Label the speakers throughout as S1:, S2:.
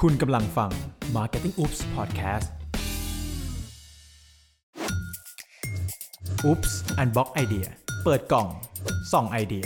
S1: คุณกำลังฟัง Marketing Oops Podcast Oops Unbox Idea เปิดกล่องส่องไอเดีย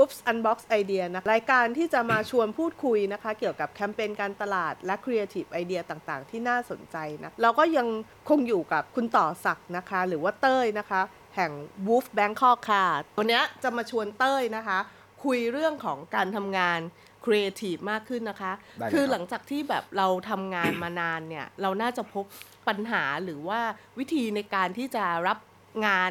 S2: Oops Unbox Idea นะรายการที่จะมาชวนพูดคุยนะคะ เกี่ยวกับแคมเปญการตลาดและ Creative Idea ต่างๆ ที่น่าสนใจนะ เราก็ยังคงอยู่กับคุณต่อศักดิ์นะคะ หรือว่าเต้ยนะคะ แห่ง Wolf Bangkok ค่ะ วันเนี้ยจะมาชวนเต้ยนะคะ คุยเรื่องของการทำงาน Creative มากขึ้นนะคะ
S3: ได้เลย
S2: คือ
S3: ครับ
S2: หลังจากที่แบบเราทำงานมานานเนี่ย เราน่าจะพบปัญหาหรือว่าวิธีในการที่จะรับงาน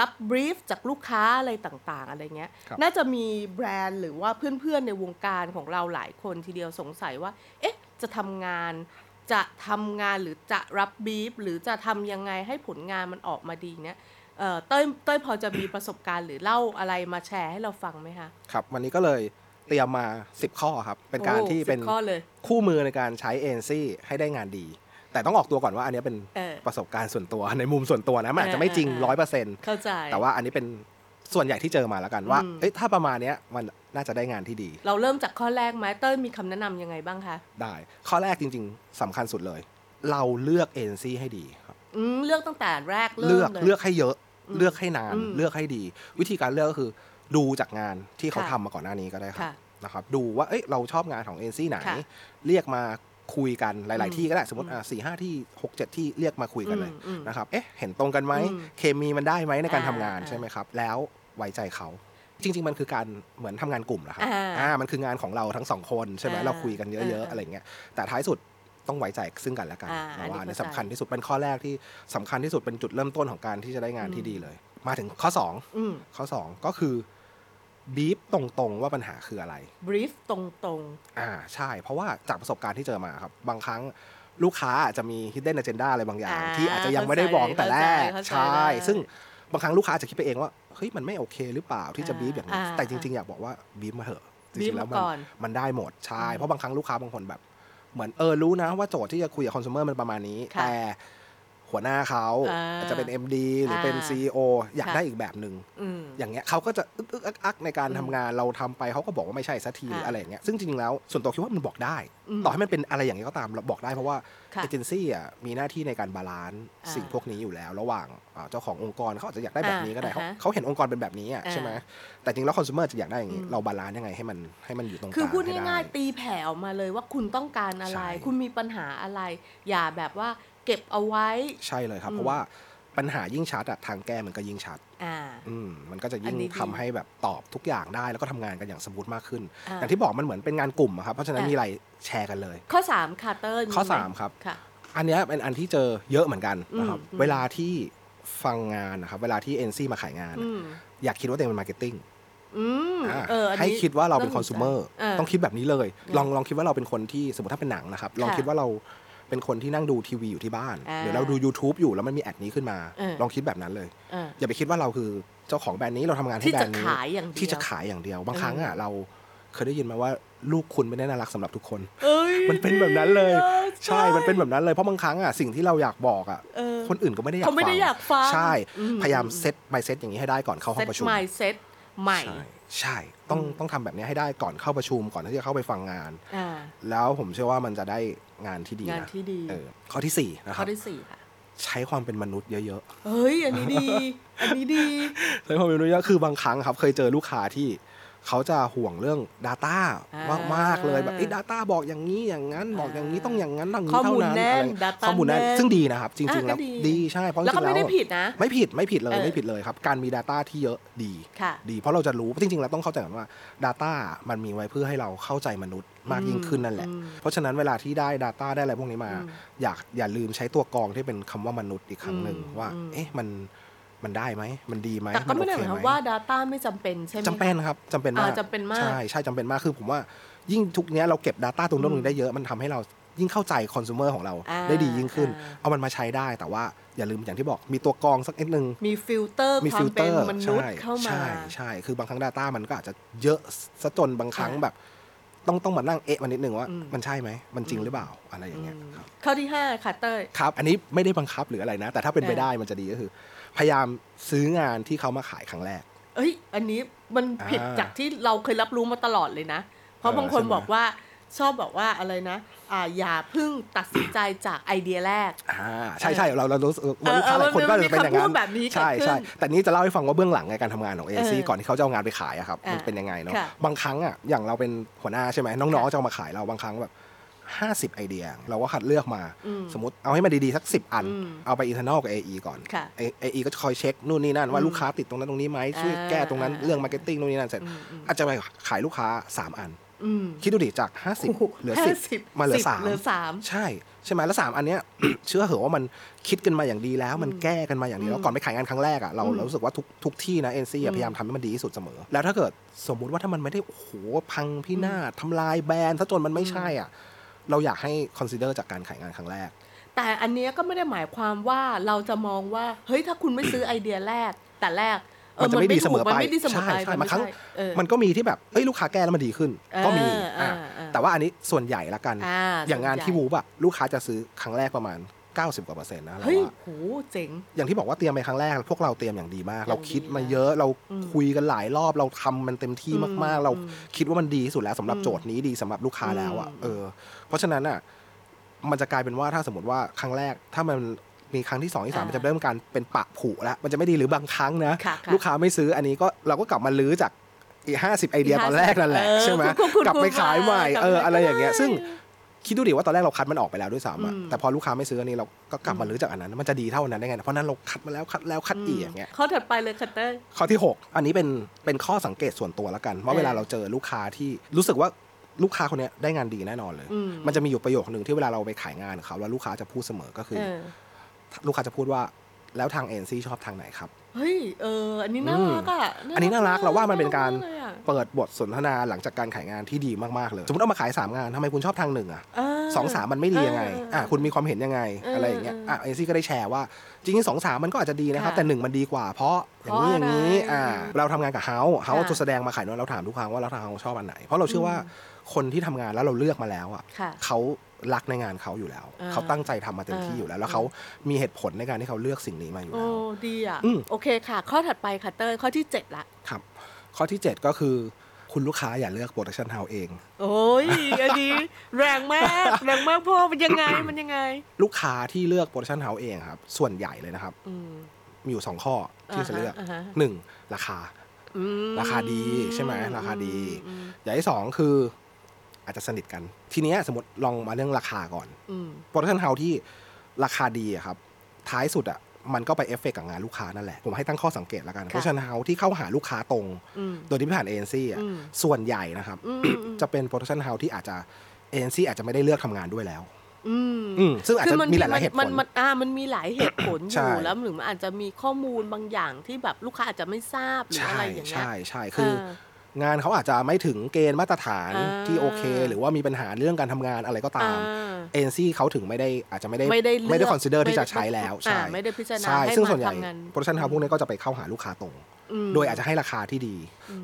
S2: รับบรีฟจากลูกค้าอะไรต่างๆ อะไรเงี้ย
S3: ครับ
S2: น่าจะมีแบรนด์หรือว่าเพื่อนๆในวงการของเราหลายคนทีเดียวสงสัยว่า เอ๊ะ จะทำงาน จะทำงานหรือจะรับบรีฟหรือจะทำยังไงให้ผลงานมันออกมาดีเนี้ยเอ่อเต้ยเต้ยพอจะมีประสบการณ์หรือเล่าอะไรมาแชร์ให้เราฟังไหมคะ
S3: ครับวันนี้ก็เลยเตรียมมา 10 ข้อครับ เป็นการ
S2: โอ้
S3: ที่เป็น
S2: สิบข้อเลย
S3: คู่มือในการใช้เอเจนซี่ให้ได้งานดี แต่ต้องออกตัวก่อนว่าอันเนี้ยเป็น
S2: เออ
S3: ประสบการณ์ส่วนตัว ในมุมส่วนตัวนะมันอาจจะไม่จริง
S2: เออเออ
S3: ร้อยเปอร์เซ็นต์
S2: เข้าใจ
S3: แต่ว่าอันนี้เป็นส่วนใหญ่ที่เจอมาแล้วกันว่า
S2: อืม
S3: เอ้ยถ้าประมาณเนี้ยมันน่าจะได้งานที่ดี
S2: เราเริ่มจากข้อแรกไหมเต้ยมีคำแนะนำยังไงบ้างคะ
S3: ได้ ข้อแรกจริง ๆสำคัญสุดเลย เราเลือกเอเจนซี่ให้ดีครับ
S2: อืมเลือกตั้งแต่แรก
S3: เลื
S2: เริ่
S3: อ
S2: ม
S3: ก
S2: เลย
S3: เลือกให้เยอะเลือกให้นาน
S2: อืม
S3: เลือกให้ดี วิธีการเลือกก็คือดูจากงานที่เขา
S2: ค่ะ
S3: ทำมาก่อนหน้านี้ก็ได้ครับ
S2: ค่ะ
S3: นะครับดูว่าเอ้ยเราชอบงานของเอเจนซี่ไหน
S2: ค่ะ
S3: เรียกมาคุยกันหลาย
S2: อืม
S3: ๆ ที่ก็ได้สมมติ
S2: อืม
S3: อ่าสี่ห้าที่หกเจ็ดที่เรียกมาคุยกันเลย
S2: อืมอืม
S3: นะครับเอ๊ะเห็นตรงกันไหม
S2: อืม
S3: เคมีมันได้ไหมในการทำงาน
S2: อ่า
S3: ใช่ไหมครับ แล้วไว้ใจเขาจริง ๆ มันคือการเหมือนทำงานกลุ่มนะครับ
S2: อ่า
S3: มันคืองานของเราทั้งสองคนใช่ไหม
S2: อ่า
S3: เราคุยกันเยอะ ๆ
S2: อ่า
S3: อะไรเงี้ยแต่ท้ายสุดต้องไว้ใจซึ่งกันและกัน
S2: อ่า
S3: เราว่า
S2: อันนี้เข้า
S3: เนี่ย
S2: ใจ
S3: สำคัญที่สุดเป็นข้อแรกที่สำคัญที่สุดเป็นจุดเริ่มต้นของการที่จะได้งาน
S2: อืม
S3: ที่ดีเลย มาถึงข้อสอง
S2: อืม
S3: ข้อสองก็คือบีฟตรงๆว่าปัญหาคืออะไร
S2: บรีฟตรง
S3: อ่าใช่ เพราะว่าจากประสบการณ์ที่เจอมาครับ บางครั้งลูกค้าอาจจะมี hidden agenda อะไรบางอย่าง ที่อาจจะยังไม่ได้บอกตั้งแต่แรก
S2: เข้าจ
S3: ใช
S2: เข้า
S3: ่
S2: จ
S3: ซึ่งบางครั้งลูกค้าอาจจะคิดไปเองว่าเฮ้ยมันไม่โอเคหรือเปล่าที่จะ
S2: อ่า
S3: บีบอย่างนี้น
S2: อ่า
S3: แต่จริง ๆ อยากบอกว่าบีบมาเถอะจ
S2: บีฟ
S3: ริงๆแล้วมั
S2: มาก่
S3: น
S2: อน
S3: มันได้หมดใช่
S2: อืม
S3: เพราะบางครั้งลูกค้าบางคนแบบ เหมือนเออรู้นะว่าโจทย์ที่จะคุยกับคอน sumer มันประมาณนี้
S2: ค่ะ
S3: แต่หัวหน้าเขา
S2: อ่า
S3: อาจจะเป็น MD หรือเป็น
S2: อ่า
S3: CEO อยากได้อีกแบบหนึ่ง
S2: อืม
S3: อย่างเงี้ยเขาก็จะอึกอึกอักอักในการ
S2: อืม
S3: ทำงานเราทำไปเขาก็บอกว่าไม่ใช่สักทีหรือ
S2: ค่ะ
S3: อะไรอย่างเงี้ยซึ่งจริงๆแล้วส่วนตัวคิดว่ามันบอกได้
S2: อืม
S3: ต่อให้มันเป็นอะไรอย่างเงี้ยก็ตามเราบอกได้เพราะว่า
S2: ค่ะ
S3: เอเจนซี่อ่ะมีหน้าที่ในการบาลานซ์
S2: อ่า
S3: สิ่งพวกนี้อยู่แล้ว ระหว่างอ่าเจ้าขององค์กรเขาอาจจะอยากได้แบบนี้ก็ได้
S2: อ่า
S3: เขา
S2: อ่าฮะ
S3: เขาเห็นองค์กรเป็นแบบนี้อ่ะ
S2: อ่า
S3: ใช่ไหมแต่จริงแล้วคอน sumer จะอยากได้อย่างนี้
S2: อืม
S3: เราบาลานซ์ยังไงให้มันให้มันอยู่ตรงกลาง
S2: คือพูด
S3: ให้ไ
S2: ง่ายๆ ตีแผ่ออกมาเลยว่าคุณต้องการอะไร
S3: ใช่
S2: คุณมีปัญหาอะไร อย่าแบบว่าเก็บเอาไว้
S3: ใช่เลยครับ
S2: อืม
S3: เพราะว่าปัญหายิ่งชัดอะทางแก้มันก็ยิ่งชัด
S2: อ่า
S3: อืมมันก็จะยิ่
S2: อั
S3: ง
S2: นนี้ดี
S3: ทำให้แบบตอบทุกอย่างได้แล้วก็ทำงานกันอย่างสมูทมากขึ้น
S2: อ่า
S3: อย่างที่บอกมันเหมือนเป็นงานกลุ่มอะครับ เพราะฉะนั้น
S2: อ่ามี
S3: มีอะไรแชร์กันเลย
S2: ข้อ 3 ค่ะเติ้ล
S3: ข้อ
S2: ไห
S3: สามครับ
S2: ค่ะ
S3: อันเนี้ยเป็นอันที่เจอเยอะเหมือนกันนะครับ
S2: อืมอืม
S3: เวลาที่ฟังงานนะครับ เวลาที่เอ็นซี่มาขายงาน
S2: อืม
S3: อยากคิดว่าตัวเองเป็นมาร์เก็ตติ้ง
S2: อืมเอออันนี้
S3: ให้คิดว่าเราเป็นคอน sumer
S2: าสนใจ
S3: ต้องคิดแบบนี้เลย
S2: อืม
S3: ลองลองคิดว่าเราเป็นคนที่สมมติถ้าเป็นหนังนะครับ ลอง
S2: ค่ะ
S3: คิดว่าเราเป็นคนที่นั่งดูทีวีอยู่ที่บ้าน
S2: อ่า
S3: หรือเราดู YouTube อยู่แล้วมันมีแอดนี้ขึ้นมา
S2: เออ
S3: ลองคิดแบบนั้นเลย
S2: เออ
S3: อย่าไปคิดว่าเราคือเจ้าของแบรนด์นี้เราทำงานให้
S2: ที่
S3: แบร
S2: จะ
S3: นด์นี้
S2: ขายอย่างเดียว
S3: ที่จะขายอย่างเดียว บางครั้งอ่ะเราเคยได้ยินมาว่าลูกคุณไม่ได้น่ารักสำหรับทุกคน
S2: เอ้ย
S3: มันเป็นแบบนั้นเลย
S2: ออ
S3: ใช่มันเป็นแบบนั้นเลยเพราะบางครั้งอ่ะสิ่งที่เราอยากบอกอ่ะ
S2: เออ
S3: คนอื่นก็ไม่ได้อยาก
S2: เขาไม่ได้อยากฟัง
S3: ใช่
S2: อืม
S3: พยายามเซตไมเซตอย่างนี้ให้ได้ก่อนเข้าห้อ
S2: เซ็ต
S3: งประชุม
S2: ใหม่เซ็ตใหม่
S3: ใช่ใช่ต้องต้องทำแบบนี้ให้ได้ก่อนเข้าประชุมก่อนที่จะเข้าไปฟังงาน
S2: อ่า
S3: แล้วผมเชื่อว่ามันจะได้งานที่ดี
S2: งาน
S3: นะ
S2: ที่ดี
S3: เออข้อที่สี่นะค
S2: ข้
S3: รั
S2: อบ ที่สี่ค่ะ
S3: ใช้ความเป็นมนุษย์เยอะ
S2: เฮ้ยอันนี้ ดี อันนี้ดี
S3: ๆใช้ความเป็นมนุษย์เยอะคือบางครั้งครับ เคยเจอลูกค้าที่เขาจะห่วงเรื่อง Data
S2: อ่าม
S3: มากๆเลยแบบไอ้ดัต้าบอกอย่างนี้อย่างนั้น บอกอย่างนี้ต้องอย่างนั้นต้องอย่าง
S2: ข้อ
S3: นี้เท่า
S2: มูล
S3: นั้น
S2: แน่น
S3: อะไร
S2: data
S3: ข้อมูลแน่น
S2: แน่น
S3: ซึ่งดีนะครับ จริงๆ
S2: อ่ะก็
S3: แล้ว
S2: ดี
S3: ดีใช่เพราะจ
S2: แล้ว
S3: ริ
S2: ก็
S3: งๆ
S2: ไม่
S3: แล้ว
S2: ได้ผิดนะ
S3: ไม่ผิดไม่ผิดเลย
S2: เออ
S3: ไม่ผิดเลยครับ การมี Data ที่เยอะดี
S2: ค่ะ
S3: ดี เพราะเราจะรู้จริง ๆ เราต้องเข้าใจก่อนว่า Data มันมีไว้เพื่อให้เราเข้าใจมนุษย์มากยิ่งขึ้นนั่นแหละ
S2: อืม
S3: เพราะฉะนั้นเวลาที่ได้ Data ได้อะไรพวกนี้มา
S2: อืม
S3: อยากอย่าลืมใช้ตัวกรองที่เป็นคำว่ามนุษย์อีกครั้งหนึ่ง
S2: อืม
S3: ว่า
S2: อืม
S3: เอ๊ะมันมันได้ไหมมันดีไหม
S2: แต่ก็ไม่ได้หมาย
S3: น
S2: ค
S3: โอ
S2: วาม
S3: เคห
S2: ว่า Data ไม่จำเป็นใช่ไหม
S3: จำเป็นครับจำเป็นมาก
S2: อ่าจำเป็นมาก
S3: ใช่ใช่จำเป็นมากคือผมว่ายิ่งทุกเนี้ยเราเก็บ Data ตรงนั้น
S2: อืม
S3: ตรงนี้ได้เยอะมันทำให้เรายิ่งเข้าใจคอน sumer ของเรา
S2: อ่า
S3: ได้ดียิ่งขึ้น
S2: อ่า
S3: เอามันมาใช้ได้แต่ว่าอย่าลืมอย่างที่บอกมีตัวกรองสักนิดนึง
S2: มีฟิลเตอร์
S3: มี
S2: ควา
S3: ฟิ
S2: ม
S3: ลเต
S2: เป็
S3: อนร์
S2: มนุษ
S3: ใช่
S2: ย์เข้ามา
S3: ใช่ใช่คือบางครั้ง Data มันก็อาจจะเยอะซะจนบางครั้ง
S2: อ่า
S3: แบบ ต้องต้องมานั่งเอะมันนิดนึงว่า
S2: อืม
S3: มันใช่ไหมมันจริงหรือเปล่าอะไรอย่างเงี้ยครับ
S2: ข้อที่ 5 ค่ะเต้ย
S3: ครับ อันนี้ไม่ได้บังคับหรืออะไรนะ แต่ถ้าเป็นไป
S2: เออ
S3: ได้มันจะดีก็คือ พยายามซื้องานที่เขามาขายครั้งแรก
S2: เอ้ย อันนี้มัน
S3: อ่า
S2: ผิดจากที่เราเคยรับรู้มาตลอดเลยนะ เพราะบางคน
S3: ใช่ไหม
S2: บอกว่าชอบบอกว่าอะไรนะอ่าอย่าเพิ่งตัดสินใจจากไอเดียแรก
S3: อ่าใช่ใช่เราเรารู้สึกว่า
S2: เออ
S3: ลูกค้าหลายค
S2: เออ
S3: น
S2: มัน
S3: ก็จะเป็นอย่างนั้
S2: มีคำพูดแบบนี้เกิด
S3: ใช่
S2: ขึ้
S3: ใช่
S2: น
S3: แต่นี้จะเล่าให้ฟังว่าเบื้องหลังในการทำงานของเอเจนซี่
S2: เออ
S3: ก่อนที่เขาจะเอางานไปขายอะครับ
S2: อ่ะ
S3: มันเป็นยังไงเนาะ
S2: ค่ะ
S3: บางครั้งอะอย่างเราเป็นหัวหน้าใช่ไหมน้องๆจะเอามาขายเราบางครั้งแบบ 50 ไอเดีย เราก็คัดเลือกมา
S2: อืม
S3: สมมติเอาให้มันดีๆ สัก 10 อัน
S2: อืม
S3: เอาไปอินเทอร์นอลกับ AE ก่อน
S2: ค่ะ
S3: AE ก็จะคอยเช็คนู่นนี่นั่นว่าลูกค้าติดตรงนั้นตรงนี้ไหมช่วยแก้ตรงนั้น
S2: อ่า
S3: เรื่องมาร์เก็ตติ้งนู่นนี่นั่นเสร็จ
S2: อืมอืม
S3: อาจจะไปขายลูกค้า 3 อัน
S2: อืม
S3: คิดดูดิจาก 50 เหลือ
S2: ห้าสิบ
S3: 10 มาเหลือ
S2: สิบเหลือสาม
S3: ใช่ ใช่ไหมแล้วสามอันเนี้ย เชื่อเหอะว่ามันคิดกันมาอย่างดีแล้ว มันแก้กันมาอย่างดีแล้วก่อนไปขายงานครั้งแรกอะเรา
S2: อืม
S3: เรารู้สึกว่าทุกทุกที่นะเอ็นซี
S2: อืม
S3: พยายามทำให้มันดีที่สุดเสมอ แล้วถ้าเกิดสมมุติว่าถ้ามันไม่ได้โอ้โหพังพินาศทำลายแบรนด์ซะจนมันไม่
S2: อืม
S3: ใช่อ่ะ เราอยากให้ consider จากการขายงานครั้งแรก
S2: แต่อันเนี้ยก็ไม่ได้หมายความว่าเราจะมองว่า เฮ้ยถ้าคุณไม่ซื้อไอเดียแรก แต่แรกเออ
S3: มันจะไม่ดีเสมอไป
S2: นไม่ดีเสมอไป
S3: ใช่ใช่บางครั้ง
S2: ไใช่เออ
S3: มันก็มีที่แบบเอ้ยลูกค้าแก้แล้วมันดีขึ้น ก็มี
S2: เอออ่า
S3: อ่ะ
S2: อ่า
S3: แต่ว่าอันนี้ส่วนใหญ่ละกัน อย่างงานที่
S2: ส่ว
S3: วู
S2: ใหญ
S3: บอะลูกค้าจะซื้อครั้งแรกประมาณ 90กว่าเปอร์เซ็นต์นะ
S2: ่
S3: เรา
S2: เฮ้ย
S3: ว่า
S2: โหเจ๋ง
S3: อย่างที่บอกว่าเตรียมไปครั้งแรก พวกเราเตรียมอย่างดีมาก เราคิดมาเยอะเรา
S2: อืม
S3: คุยกันหลายรอบเราทำมันเต็มที่มาก
S2: อืม
S3: ๆ เรา
S2: อืม
S3: คิดว่ามันดีที่สุดแล้วสำหรับ
S2: อืม
S3: โจทย์นี้ดีสำหรับลูกค้าแล้วอ่ะ
S2: อืม
S3: เออ เพราะฉะนั้นอ่ะมันจะกลายเป็นว่าถ้าสมมติว่าครั้งแรกถ้ามันมีครั้งที่สองที่สามมันจะเริ่มการเป็นปะผุแล้วมันจะไม่ดีหรือบางครั้งนะ
S2: ค่ะะ
S3: ลูกค้าไม่ซื้ออันนี้ก็เราก็กลับมาลื้อจากอีห้าสิบไอเดียตอนแรกนั่นแหละ
S2: เออ
S3: ใช่ไหม
S2: คุณคุณ
S3: กลับไปขายใหม่
S2: คุณว่า
S3: เอออะไรอย่างเงี้ย
S2: กลับไป
S3: ซึ่งคิดดูดิว่าตอนแรกเราคัดมันออกไปแล้วด้วยซ้ำอะ
S2: อืม
S3: แต่พอลูกค้าไม่ซื้ออันนี้เราก็กลับมาลื้อจากอันนั้น มันจะดีเท่านั้นได้ไงเพราะนั้นเราคัดมาแล้วคัดแล้วคัดอีกอย่างเงี้ย
S2: ข้อถัดไปเลยคัตเตอร์
S3: ข้อที่ 6 อันนี้เป็นเป็นข้อสังเกตส่วนตัวละกันว่า
S2: เออ
S3: เวลาเราเจอลูกค้าที่รู้สึกว่าลูกค้าคนเนี้ยได้งานดีแน่นอนเลย
S2: อืม
S3: มันจะมีอยู่ประโยคหนึ่งที่เวลาเราไปขายงานกับเขาแล้วลูกค้าจะพูดเสมอก็คือ
S2: เออ
S3: ลูกค้าจะพูดว่าแล้วทางเอ็นซีชอบทางไหนครับ
S2: เฮ้ยเอออันนี้น่ารักอ่ะ
S3: อันนี้น่ารักเราว่ามันเป็นการ
S2: เลยอะ
S3: เปิดบทสนทนาหลังจากการขายงานที่ดีมาก ๆ เลย สมมติเอามาขาย 3 งานทำไมคุณชอบทางหนึ่งอ่ะ
S2: เ
S3: สองสามมันไม่ดียังไง
S2: เอออ่
S3: อ่ะคุณมีความเห็นยังไง
S2: เอออ
S3: อะไรอย่างเงี้ย
S2: เอออ่
S3: อ่ะเอซี่ก็ได้แชร์ว่า จริงๆสองสามมันก็อาจจะดีนะครับ
S2: ค่ะ
S3: แต่หนึ่งมันดีกว่า เพราะอย่าง
S2: เพ
S3: นี้
S2: ราะ
S3: อย่างนี้
S2: อะไร
S3: อ่าเราทำงานกับเฮาเฮา
S2: ค่ะ
S3: จะแสดงมาขายน้อยเราถามลูกค้าว่าเราทางเฮาชอบอันไหน เพราะเราเชื่อว่าคนที่ทำงานแล้วเราเลือกมาแล้วอ่ะ
S2: ค่ะ
S3: เขารักในงานเขาอยู่แล้ว
S2: เออ
S3: เขาตั้งใจทำมาเต็ม
S2: เออ
S3: ที่อ
S2: อ
S3: ยู่แล้ว แล้วเขามีเหตุผลในการที่เขาเลือกสิ่งนี้มาอยู่
S2: โอ้
S3: แล้ว
S2: ดีอ่ะ
S3: อืม
S2: โอเคค่ะ ข้อถัดไปคัตเตอร์ข้อที่เจ็ดละ
S3: ครับข้อที่เจ็ดก็คือคุณลูกค้าอย่าเลือกโปรดักชันเฮาเอง
S2: โอ้ยอันนี้แรงมากแรงมากพ่อมันยังไงมันยังไง
S3: ลูกค้าที่เลือกโปรดักชันเฮาส์เองครับ ส่วนใหญ่เลยนะครับ
S2: อืม
S3: มีอยู่ 2 ข้อที่
S2: อ่าฮะ
S3: จะเลือก
S2: อ่าฮะ
S3: หนึ่งราคา
S2: อืม
S3: ราคาดีใช่ไหมราคาดี
S2: อืม
S3: อย่างที่สองคืออาจจะสนิทกัน ทีเนี้ยสมมติลองมาเรื่องราคาก่อน
S2: อืม
S3: โปรดักชันเฮาส์ที่ราคาดีอะครับ ท้ายสุดอ่ะมันก็ไปเอฟเฟกต์กับงานลูกค้านั่นแหละ ผมให้ตั้งข้อสังเกตแล้วกัน
S2: ค่ะ
S3: โปรดักชันเฮาส์ที่เข้าหาลูกค้าตรง
S2: อืม
S3: โดยที่ไม่ผ่านเอเจนซี่อะ
S2: อืม
S3: ส่วนใหญ่นะครับ
S2: อืม
S3: จะเป็นโปรดักชันเฮาส์ที่อาจจะเอเจนซี่อาจจะไม่ได้เลือกทำงานด้วยแล้ว
S2: อืม
S3: อืมซึ่งอาจ
S2: คื
S3: จะ
S2: มัน
S3: มีหลายๆเหตุผ
S2: มัน
S3: ล
S2: มันอ่ามันมีหลายเหตุผลอ
S3: ใช่
S2: ยู่แล้วหรือมันอาจจะมีข้อมูลบางอย่างที่แบบลูกค้าอาจจะไม่ทราบหรือ
S3: ใช่
S2: อะไรอย่างเงี้ย
S3: ใช่ใช่คือ
S2: า
S3: งานเขาอาจจะไม่ถึงเกณฑ์มาตรฐาน
S2: อ่า
S3: ที่โอเค หรือว่ามีปัญหาเรื่องการทำงานอะไรก็ตาม
S2: อ่า
S3: เอเจนซี่เขาถึงไม่ได้อาจจะไม่ได้
S2: ไม่ได้ลืก
S3: ไม่ได้คอนซิเดอร์
S2: ไม่
S3: ที่
S2: ไ
S3: จะใช้แล้ว
S2: อ่า
S3: ใช่
S2: ไม่ได้พิจารณา
S3: ใช่
S2: ให้
S3: ซึ่ง
S2: มา
S3: ส่วนใหญ่
S2: ทำงาน
S3: โปรดักชันเฮาพวกนี้ก็จะไปเข้าหาลูกค้าตรง
S2: อืม
S3: โดยอาจจะให้ราคาที่ดี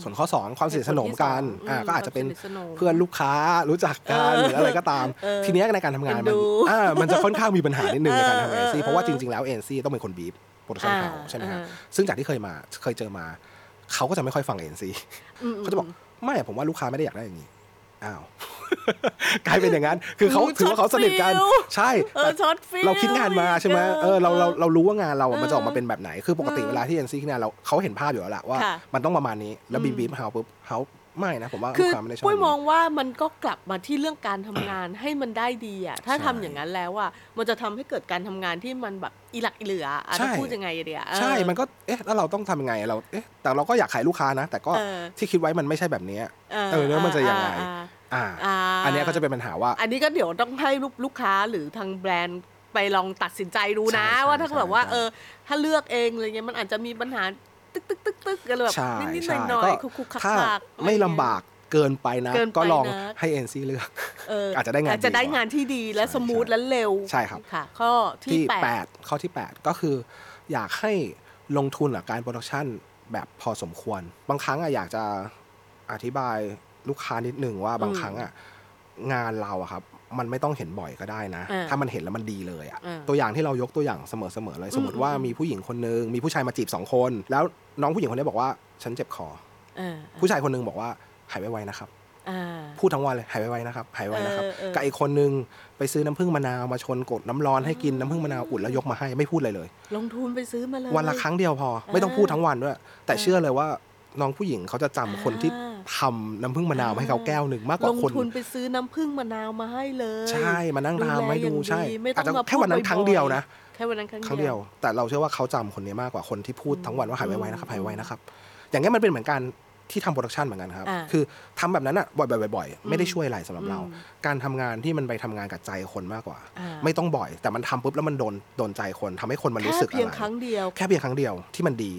S3: ส่วนข้อ 2 ความสนิทสนมกัน
S2: เหตุผลที่สง
S3: อ่าก็อาจจะเป็น
S2: ควมสทสม
S3: เพื่อนลูกค้ารู้จักกันหรืออะไรก็ตาม
S2: เออ
S3: ทีเนี้ยในการทำงาน
S2: เอ็
S3: มัน น
S2: ดู
S3: อ่ามันจะค่อนข้างมีปัญหานิดนึงในการทำ
S2: เออเออ
S3: เอเจนซี่เพราะว่า
S2: เอ
S3: จ
S2: อ
S3: ริงๆแล้วเอเจนซี่ต้องเป็นคนบีบโปรดักชันเฮา
S2: อ่า
S3: ใช่ไหมฮะ
S2: อ่า
S3: ซึ่งจากที่เคยมาเคยเจอมาเขาก็จะไม่ค่อยฟังเอเจนซี
S2: มม
S3: เขาจะบอกไม่อะผมว่าลูกค้าไม่ได้อยากได้อย่างนี้ อ้าว กลายเป็นอย่างนั้น คือเขา
S2: อู้
S3: ถือว่าเขาสนิทกัน
S2: ช็อตฟิล
S3: ใช่
S2: เอ
S3: แต่
S2: อช็อตฟิล
S3: เราคิดงานมาใช่ไหมเออเราเราเรารู้ว่างานเราอะ
S2: เออ
S3: มันจะออกมาเป็นแบบไหน คือปกติ
S2: เออ
S3: เวลาที่เอ็นซีขึ้นงานเราเขาเห็นภาพอยู่แล้วแหละว่า
S2: ค่ะ
S3: มันต้องประมาณนี้ แล้วบีบบีบเฮาปุ๊บเฮาไม่นะ ผมว่า
S2: คื
S3: ลู
S2: อก
S3: ค้าไม่ได้ชอบ
S2: ปุ้ยมองว่ามันก็กลับมาที่เรื่องการทำงาน ให้มันได้ดีอ่ะถ้า
S3: ใช่
S2: ทำอย่างนั้นแล้วอ่ะมันจะทำให้เกิดการทำงานที่มันแบบอีหลักอีเหลืออาจ
S3: ใช่
S2: จะพูดยังไงเดีย
S3: ใช่ มันก็ เอ๊ะ แล้วเราต้องทำยังไง เรา เอ๊ะ แต่เราก็อยากขายลูกค้านะ แต่ก็
S2: เออ
S3: ที่คิดไว้มันไม่ใช่แบบนี้ เออแล้วมันจะยังไง
S2: อ่า
S3: อ่า
S2: าา
S3: อันเนี้ยก็จะเป็นปัญหาว่า
S2: อันนี้ก็เดี๋ยวต้องให้ลูกลูกค้าหรือทางแบรนด์ไปลองตัดสินใจดูนะ
S3: ใช่ใช่
S2: ว่าถ้าแบบว่า
S3: ใช่
S2: เออ ถ้าเลือกเองอะไรเงี้ยมันอาจจะมีปัญหาตึกตึกตึกตึกกันแบบ
S3: ใช่
S2: นิด
S3: ใช่
S2: ๆหน่อย
S3: ก็
S2: ๆคุกคุกคัก
S3: ถ้า
S2: คัก
S3: ไม่ลำบากเกินไปนะ
S2: เกินไป
S3: ก็ลอง
S2: นะ
S3: ให้เอ็นซีเลือก
S2: เอออา
S3: อาจจะได้งาน
S2: อาจจะ
S3: ดีกว่าง
S2: ได้านที่ดีและ
S3: ใช่
S2: สมูท
S3: ใช่
S2: และเร็ว
S3: ใช่ครับ
S2: ค่ะ ข้อที่
S3: ที่
S2: แปด
S3: 8 ข้อที่ 8 ก็คือ อยากให้ลงทุนกับการโปรดักชันแบบพอสมควร บางครั้งอะอยากจะอธิบายลูกค้านิดหนึ่งว่าบางครั้งอะงานเราอะครับ มันไม่ต้องเห็นบ่อยก็ได้นะ
S2: อ่า
S3: ถ้ามันเห็นแล้วมันดีเลยอะ
S2: อ่า
S3: ตัวอย่างที่เรายกตัวอย่างเสมอๆเลย
S2: อืม
S3: สมมติว่า
S2: อืม
S3: มีผู้หญิงคนนึงมีผู้ชายมาจีบสองคน แล้วน้องผู้หญิงคนนี้บอกว่าฉันเจ็บคอ
S2: เออ
S3: ผู้ชายคนนึงบอกว่าหายไวๆนะครับ
S2: อ่า
S3: พูดทั้งวันเลยหายไวๆนะครับหายไวๆนะครับ
S2: เออเออ
S3: กับอีกคนนึงไปซื้อน้ำผึ้งมะนาวมาชนกดน้ำร้อนให้กินน้ำผึ้งมะนาวอุ่นแล้วยกมาให้ไม่พูดเลยเลย
S2: ลงทุนไปซื้อมาเลย
S3: วันละครั้งเดียวพอ ไม่ต้องพูดทั้งวันด้วย แต่เชื่อเลยว่าน้องผู้หญิงเขาจะจำคนที่
S2: อ่า
S3: ทำน้ำผึ้งมะนาวให้เขาแก้วหนึ่งมากก
S2: ล
S3: ว่าง คน
S2: ทุนไปซื้อน้ำผึ้งมะนาวมาให้เลย
S3: ใช่มานั่ง
S2: แล
S3: ทำให้ดู
S2: อย่าง
S3: ใช่
S2: ไม่ต้
S3: อา
S2: อ
S3: จ
S2: ง
S3: จะ
S2: มาพู
S3: แค่วันนั้น
S2: บ่อยๆ
S3: ครั้งเดียวนะ
S2: แค่วันนั้นครั้ง
S3: ครั้งเดียว แต่เราเชื่อว่าเขาจำคนนี้มากกว่าคนที่พูดทั้งวันว่าหายไวๆนะครับหายไวๆนะครับ อย่างนี้ยมันเป็นเหมือนการที่ทำโปรดักชันเหมือนกันครับ
S2: า
S3: คือทำแบบนั้นอ่ะบ่อยๆๆๆไม่ได้ช่วยอะไรสำหรับเรา
S2: อืม
S3: การทำงานที่มันไปทำงานกับใจคนมากกว่า
S2: อ่า
S3: ไม่ต้องบ่อย แต่มันทำปุ๊บแล้วมันโดนโดนใจคนทำให้คนมันรู้สึก
S2: แค่
S3: อะ
S2: เพียง
S3: ไร
S2: ครั้งเดียว
S3: แค่เพียงครั้งเดียวที่มันดี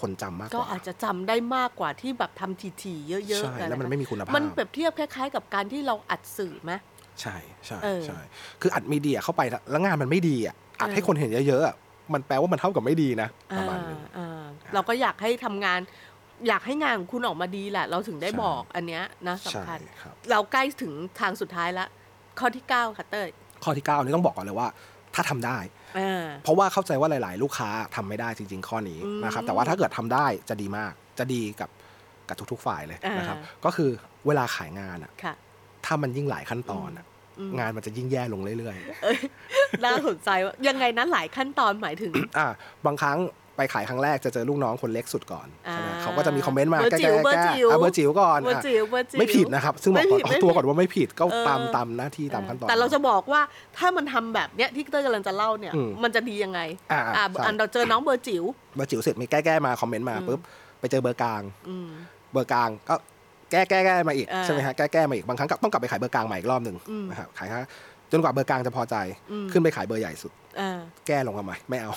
S3: คนจำมากก
S2: ก็
S3: ว่า
S2: อาจจะจำได้มากกว่าที่แบบทำทีๆเยอะๆ
S3: ใช่แล้วมันไม่มีคุณภาพ
S2: มันเปรียบเทียบคล้ายๆ กับการที่เราอัดสื่อไหม
S3: ใช่ใช่
S2: เออ
S3: ใช่คืออัดมีเดียเข้าไปแล้วแล้วงานมันไม่ดีอ่ะอัด
S2: เออ
S3: ให้คนเห็นเยอะๆอะมันแปลว่ามันเท่ากับไม่ดีนะประมาณนึง
S2: อ่าอ่าเราก็อยากให้ทำงาน อยากให้งานของคุณออกมาดีแหละ เราถึงได้
S3: ใช่
S2: บอกอันเนี้ยนะ
S3: ใช่
S2: สำคัญ
S3: ครับ
S2: เราใกล้ถึงทางสุดท้ายละข้อที่ 9 ค่ะเต้ย
S3: ข้อที่9นี่ต้องบอกก่อนเลยว่า ถ้าทำได้
S2: อ่า
S3: เพราะว่าเข้าใจว่าหลาย ๆ ลูกค้าทำไม่ได้จริง ๆ ข้อนี้
S2: อืม
S3: นะครับ แต่ว่าถ้าเกิดทำได้จะดีมาก จะดีกับกับทุก ๆ ฝ่ายเลย
S2: อ่าน
S3: นะครับ ก็คือเวลาขายงานอ่ะ
S2: ค่ะ
S3: ถ้ามันยิ่งหลายขั้นตอนอะ
S2: อืม
S3: งานมันจะยิ่งแย่ลงเรื่อย
S2: น่าสนใจว่ายังไงนะหลายขั้นตอนหมายถึง
S3: ๆ อ่ะบางครั้งไปขายครั้งแรกจะเจอลูกน้องคนเล็กสุดก่อนใช่ไหมเขาก็จะมีคอมเมนต์มา
S2: บอร์
S3: แก้
S2: จิ๋ว
S3: ๆ
S2: เบอร์
S3: แก้
S2: จิ๋ว
S3: ๆอ่ะเบอร์จิ๋วก่อน
S2: เบอร์
S3: อ่ะ
S2: จิ๋วเบอร์จิ๋ว
S3: ไม่ผิดนะครับ ซึ่งบอกก่อน
S2: ไม่ผิด
S3: เอาตัวก่อนว่าไม่ผิดก็
S2: เออ
S3: ตามตามหน้าที่ตามขั้นตอน
S2: แต่เราจะบอกว่าถ้ามันทำแบบเนี้ยที่เต้ยกำลังจะเล่าเนี่ย
S3: อืม
S2: มันจะดียังไง
S3: อ่า
S2: อ่า
S3: ใช่
S2: อันเราเจอน้องเบอร์จิ๋ว
S3: เบอร์จิ๋วเสร็จมีแก้แก้มาคอมเมนต์มา
S2: อืม
S3: ปุ๊บไปเจอเบอร์กลาง
S2: อืม
S3: เบอร์กลางก็แก้แก้แก้มาอีก
S2: อ่า
S3: ใช่ไหมฮะแก้แก้มาอีกบางครั้งก็ต้องกลับไปขายเบอร์กลางใหม่อีกรอบหนึ่ง
S2: อืม
S3: นะครับขายฮะจนกว่าเบอร์กลางจะพอใจ
S2: อืม
S3: ขึ้นไปขายเบอร์ใหญ่สุด
S2: อ่า
S3: แก้ลงมาใหม่ไม่เอา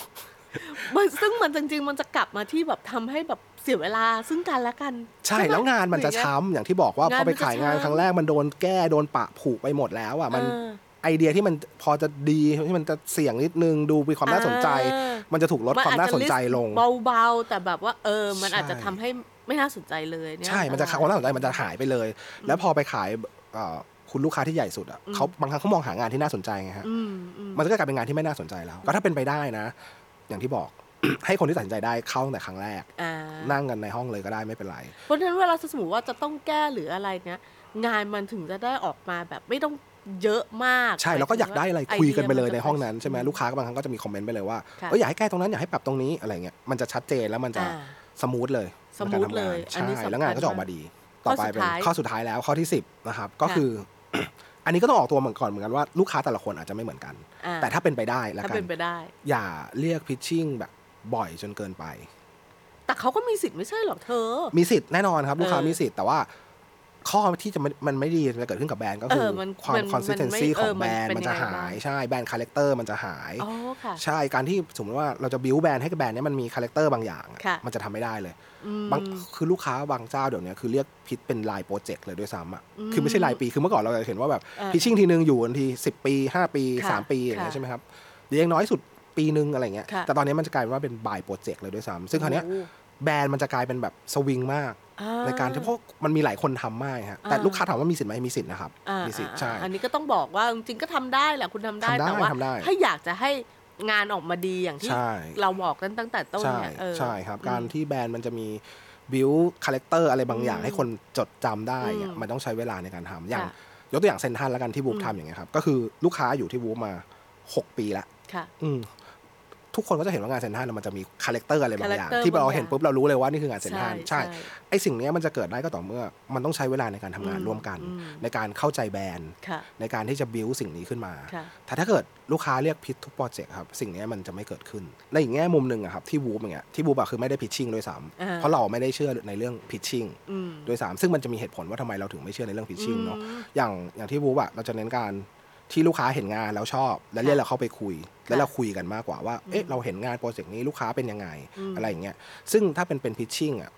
S2: มันซึ่งมันจริงๆ มันจะกลับมาที่แบบทำให้แบบเสียเวลาซึ่งกันและกัน
S3: ใช่
S2: ไหม
S3: แล้วงานมันจะช้ำอย่างที่บอกว่าง
S2: าน
S3: พอไปขายงาน
S2: มันจะช้ำ
S3: ครั้งแรกมันโดนแก้โดนปะผูกไปหมดแล้วอ่ะมัน
S2: เออ
S3: ไอเดียที่มันพอจะดีที่มันจะเสี่ยงนิดนึงดูมีความน่าสนใจ
S2: อ่า
S3: มันจะถูกลดความน่าสนใจลง
S2: เบาๆ แต่แบบว่าเออ มัน
S3: ใช่
S2: อาจจะทำให้ไม่น่าสนใจเลยเย
S3: ใช่ มันจะ
S2: อั
S3: ขาด
S2: ต
S3: ความ
S2: ราย
S3: น่าสนใจมันจะหายไปเลย แล้วพอไปขายเอ่อคุณลูกค้าที่ใหญ่สุดอ่ะ
S2: อืม
S3: เขาบางครั้งเขามองหางานที่น่าสนใจไงฮะ
S2: อืมอืม
S3: มันก็กลายเป็นงานที่ไม่น่าสนใจแล้ว ก็ถ้าเป็นไปได้นะ อย่างที่บอก ให้คนที่ตัดสินใจได้เข้าตั้งแต่ครั้งแรก
S2: อ่า
S3: นั่งกันในห้องเลยก็ได้ไม่เป็นไร
S2: เพราะฉะนั้นเวลาสมมติว่าจะต้องแก้หรืออะไรเนี้ยงานมันถึงจะได้ออกมาแบบไม่ต้องเยอะมาก
S3: ใช่แล้วก็อยากได้อะไร
S2: หมถึง
S3: คุ
S2: ว่
S3: ยกันไปเลยในห้อง
S2: ดียมัจะ
S3: นั้นใช่ไหมลูกค้าก็บางครั้งก็จะมีคอมเมนต์ไปเลยว่า
S2: ค่ะ
S3: เอออยากให้แก้ตรงนั้นอยากให้ปรับตรงนี้อะไรเงี้ยมันจะชัดเจนแล้วมันจะ
S2: อ่า
S3: สมูทเลย
S2: สมูท
S3: ในการทำงาน
S2: เลยอันนี้สำ
S3: ใช่
S2: คัญ
S3: แล้วงานก็จะออกมาดี ต่อไปเป็น
S2: ข้อสุดท้าย
S3: ข้อสุดท้ายแล้วข้อที่สิบนะครับก็
S2: ค่ะ
S3: คือ อันนี้ก็ต้องออกตัวเหมือนก่อนเหมือนกันว่าลูกค้าแต่ละคนอาจจะไม่เหมือนกัน
S2: อ่า
S3: แต่ถ้าเป็นไปได้ละ
S2: ถ้า
S3: กั
S2: เป็น นไปได้
S3: อย่าเรียกพิชชิ่งแบบบ่อยจนเกินไป
S2: แต่เขาก็มีสิทธิ์ไม่ใช่เหรอเธอ
S3: มีสิทธิ์แน่นอนครับ ลูกค้า
S2: เออ
S3: มีสิทธิ์แต่ว่าข้อที่จะมันมันไม่ดีจะเกิดขึ้นกับแบรนด์ก็คือ
S2: เออมัน
S3: ความ
S2: มัน
S3: คอนสิสเทน
S2: มันไม่
S3: ซี
S2: เอ
S3: ของ
S2: อ
S3: แบรนด์
S2: มัน
S3: มันจะ
S2: เป็นยังไง
S3: หาย
S2: บ้าง
S3: ใช่แบรนด์คาแรคเตอร์มันจะหาย
S2: อ๋อค่ะ
S3: ใช่การที่สมมติว่าเราจะบิวแบรนด์ให้กับแบรนด์เนี้มันมีคาแรคเตอร์บางอย่างอะ
S2: ค่ะ
S3: มันจะทำไม่ได้เลย
S2: อืม
S3: บางคือลูกค้าบางเจ้าเดี๋ยวนี้คือเรียกพิชเป็นลายโปรเจกต์เลยด้วยซ้ำอ่ะ
S2: อืม
S3: คือไม่ใช่ลายปีคือเมื่อก่อนเราจะเห็นว่าแบบ
S2: เออ
S3: พิชชิ่งทีนึงอยู่บางทีสิบปีห้าปี
S2: ค่ะ
S3: สามปีอย่างเงี้ย
S2: ค่ะ
S3: ใช่ไหมครับหรืออย่างน้อยสุดปีนึงอะไรเงี้ย
S2: ค่ะ
S3: แต่ตอนนี้มันจะกลายเป็นว่าเป็น by project เลยด้วยซ้ำซึ่งคราวเนี้ย
S2: โอ้
S3: แบรนด์มันจะกลายเป็นแบบสวิงมาก
S2: อ่
S3: ในการที่เพราะมันมีหลายคนทำมากฮะแต่
S2: อ่า
S3: ลูกค้าถามว่ามีสิทธิ์ไหมมีสิทธิ์นะครับ
S2: อ่า
S3: มีสิทธิ์
S2: อ่า
S3: ใช่
S2: อันนี้ก็ต้องบอกว่าจริงๆก็ทำได้แหละคุณทำได้
S3: ทำได้
S2: แต่ว่า
S3: ทำได้
S2: ถ้าอยากจะให้งานออกมาดีอย่างที่
S3: ใช่
S2: เราบอกกันตั้งแต่ต้น
S3: ใช่
S2: เนี่ยเออ
S3: ใช่ครับ
S2: อืม
S3: การที่แบรนด์มันจะมีบิวคาแรคเตอร์อะไรบางอย่าง
S2: อืม
S3: ให้คนจดจำได้เนี่ย
S2: อืม
S3: มันต้องใช้เวลาในการทำอย่าง
S2: ค่ะ
S3: ยกตัวอย่างเซนทรันแล้วกันที่บู
S2: อื
S3: ฟ
S2: ม
S3: ทำอย่างเงี้ยครับ ก็คือลูกค้าอยู่ที่บูฟมา 6 ปีละ
S2: ค่ะ
S3: อืมทุกคนก็จะเห็นว่างานเซนทรันนะมันจะมีคาแรคเตอร์อะไรบางอย่าง
S2: คาแรคเตอร์
S3: ที่เรา
S2: บางอย่าง
S3: เห็นปุ๊บเรารู้เลยว่านี่คืองานเซนทรันใช่
S2: ใช่
S3: ไอสิ่งเนี้ยมันจะเกิดได้ก็ต่อเมื่อ มันต้องใช้เวลาในการทำงาน
S2: อืม
S3: ร่วมกัน
S2: อืม
S3: ในการเข้าใจแบรนด์
S2: ค่ะ
S3: ในการที่จะบิวสิ่งนี้ขึ้นมา
S2: ค่ะ
S3: แต่ถ้าเกิดลูกค้าเรียกพิษทุกโปรเจกต์ครับ สิ่งเนี้ยมันจะไม่เกิดขึ้น ในอีกแง่มุมหนึ่งอะครับที่บูบอย่างเงี้ยที่บูบอะคือไม่ได้พิชชิ่งด้วยซ้
S2: อ่า
S3: ำเพราะเราไม่ได้เชื่อในเรื่องพิชชิ่ง
S2: อืม
S3: ด้วยซ้ำซึ่งมันจะมีเหตุผลว่าทำไมเราถึงไม่เชื่อในเรื่องพิชชิ่งเนาะ
S2: อืม
S3: อย่างอย่างที่บูบอะเราจะเน้นการที่ลูกค้าเห็นงานแล้วชอบ แล้วเรียกเราเข้าไปคุย แล้วเราคุยกันมากกว่าว่าเอ๊ะเราเห็นงานโปรเจกต์นี้ลูกค้าเป็นยังไง
S2: อืม
S3: อะไรอย่างเงี้ยซึ่งถ้าเป็นเป็นพิชชิ่งอะ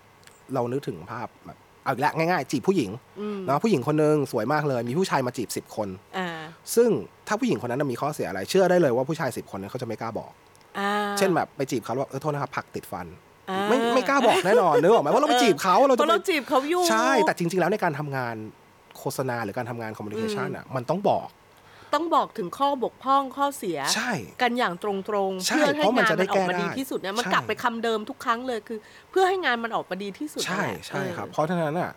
S3: เรานึกถึงภาพแบบเอาอีกละง่ายๆจีบผู้หญิง
S2: อืม
S3: เนาะผู้หญิงคนหนึงสวยมากเลยมีผู้ชายมาจีบสิบคน
S2: อ่า
S3: ซึ่งถ้าผู้หญิงคนนั้นนะมีข้อเสียอะไร เชื่อได้เลยว่าผู้ชายสิบคนนั้นเขาจะไม่กล้าบอก
S2: อ่า
S3: เช่นแบบไปจีบเขาแล้วว่าเออโทษนะครับผักติดฟัน
S2: อ่
S3: ไม่ไม่กล้าบอกแน่นอนนึกออกไหมว่าเราไปจีบเขาเรา
S2: เพราะ
S3: จะไป
S2: เราจีบเขาอยู่
S3: ใช่ แต่จริง ๆ แล้วในการทำงานโฆษณาหรือการทำงานคอมมิวนิเคชัน
S2: อืม
S3: อ่ะมันต้องบอก
S2: ต้องบอกถึงข้อบกพร่องข้อเสีย
S3: ใช่
S2: กันอย่างตรงๆ
S3: ใช่
S2: เพื่อให้
S3: เพราะมัน
S2: งาน
S3: จะได้
S2: มันออกมา
S3: แก้ได้
S2: ดีที่สุดเนี่ยมัน
S3: ใช่
S2: กลับไปคำเดิมทุกครั้งเลยคือ เพื่อให้งานมันออกมาดีที่สุด
S3: ใช่
S2: นั่นแหละ
S3: ใช่
S2: เออ
S3: ครับ เพราะฉะนั้นอ่ะ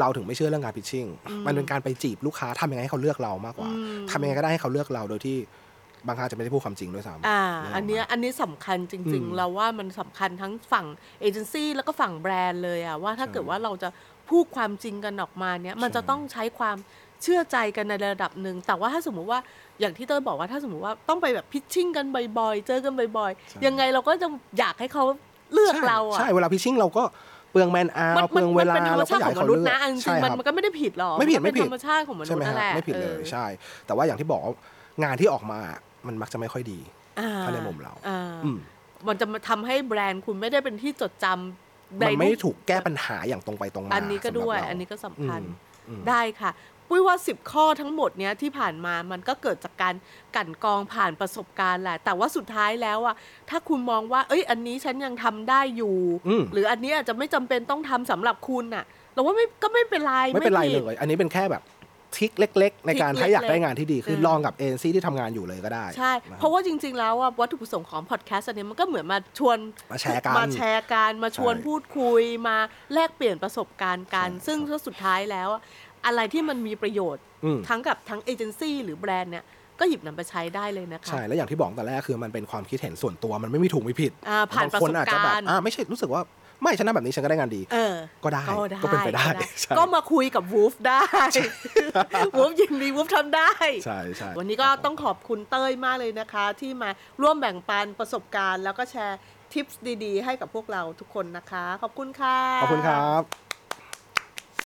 S3: เราถึงไม่เชื่อเรื่องการพิชชิ่งมันเป็นการไปจีบลูกค้าทำยังไงให้เขาเลือกเรามากกว่า
S2: อืม
S3: ทำยังไงก็ได้ให้เขาเลือกเราโดยที่บางครั้งอาจจะไม่ได้พูดความจริงด้วยซ้ำ
S2: อ่า อันเนี้ยอันนี้สำคัญจริง
S3: อืม
S2: ๆ เราว่ามันสำคัญทั้งฝั่งเอเจนซี่แล้วก็ฝั่งแบรนด์เลยอะว่าถ้า
S3: ใช่
S2: เกิดว่าเราจะพูดความจริงกันออกมาเนี่ยมัน
S3: ใช่
S2: จะต้องใช้ความเชื่อใจกันในระดับหนึ่ง แต่ว่าถ้าสมมุติว่าอย่างที่เต้ยบอกว่าถ้าสมมุติว่าต้องไปแบบพิชชิ่งกันบ่อยๆ เจอกันบ่อยๆ ยังไงเราก็จะอยากให้เขาเลือก
S3: ใช่
S2: เราอะ
S3: ใช่เวลาพิชชิ่งเราก็เปลืองแมนอา
S2: มั
S3: ร์เปลืองเวลา
S2: เป็นธรรม
S3: เรา
S2: ชา
S3: ก็
S2: ติ
S3: อยา
S2: ข
S3: ก
S2: องม
S3: ให้เขา
S2: นุษ
S3: เลื
S2: ย์นะ
S3: อก
S2: อันจริ
S3: ใช่
S2: งๆ
S3: ค
S2: มัน
S3: รับ
S2: มันก็ไม่ได้ผิดหรอก
S3: ไม่ผิด
S2: นเป็น
S3: ไม่ผิด
S2: ธรรมชาติของมนุษ
S3: ใช่ไหม
S2: ย์นั่น
S3: ฮะ
S2: แหละ
S3: ไม่ผิดเล
S2: อย อ
S3: ใช่ แต่ว่าอย่างที่บอกว่างานที่ออกมามันมักจะไม่ค่อยดี
S2: อ่
S3: ถ้าในมุมเรา
S2: อ่
S3: อืม
S2: มันจะมาทำให้แบรนด์คุณไม่ได้เป็นที่จดจำ
S3: มันไม่
S2: รู
S3: ได้
S2: ป
S3: ถูกแก้ปัญหาอย่างตรงไปตรงมา
S2: อันนี้ก็ด้วย
S3: สำหรับเรา
S2: อันนี้ก็สำคัญ
S3: อืมอืม
S2: ได้ค่ะ ปุ้ยว่า 10 ข้อทั้งหมดเนี้ยที่ผ่านมา มันก็เกิดจากการกลั่นกรองผ่านประสบการณ์แหละ แต่ว่าสุดท้ายแล้วอะถ้าคุณมองว่า เอ้ย อันนี้ฉันยังทำได้อยู่
S3: อืม
S2: หรืออันนี้อาจจะไม่จำเป็นต้องทำสำหรับคุณน่ะ เราว่าไม่ก็ไม่เป็นไร
S3: ไม่เป็นไร
S2: ผิ
S3: เล
S2: ด
S3: ย อันนี้เป็นแค่แบบทริกเล็ก ๆ ในการ
S2: ทริค
S3: ถ้าอยาก
S2: เล็กๆ
S3: ได้งานที่ดีคือ
S2: เออ
S3: ลองกับเอเจนซี่ที่ทำงานอยู่เลยก็ได้
S2: ใช่
S3: นคบ
S2: เพราะว่าจริง ๆ แล้วอะวัตถุประสงค์ของพอดแคสต์อันนี้มันก็เหมือนมาชวน
S3: มาแชร์กัน
S2: มาแชร์กันมาชวน
S3: ใช่
S2: พูดคุยมาแลกเปลี่ยนประสบการณ์กัน
S3: ใช่
S2: ซึ่ง
S3: ครับ
S2: ถ้าสุดท้ายแล้วอะอะไรที่มันมีประโยชน์
S3: อืม
S2: ทั้งกับทั้งเอเจนซี่หรือแบรนด์เนี่ยก็หยิบนำไปใช้ได้เลยนะคะ
S3: ใช่ แล้วอย่างที่บอกตอนแรกคือมันเป็นความคิดเห็นส่วนตัวมันไม่มีถูกไม่ผิด
S2: อ่าผ่านประส
S3: คน
S2: บ
S3: อาจจะแบ
S2: การ
S3: บ
S2: ณ์
S3: อ่าไม่ใช่รู้สึกว่าไม่ฉันทำแบบนี้ฉันก็ได้งานดี
S2: เออ
S3: ก็ได้
S2: ก็ได้
S3: ก็เป็นไปได้
S2: ก็
S3: ใช่
S2: ก็มาคุยกับวูฟได้วูฟยินดีวูฟทำได้
S3: ใช่ใช่
S2: วันนี้ก็ต้องขอบคุณเต้ยมากเลยนะคะ ที่มาร่วมแบ่งปันประสบการณ์ แล้วก็แชร์ทิปส์ดีๆ ให้กับพวกเราทุกคนนะคะ ขอบคุณค่ะ
S3: ขอบคุณครับ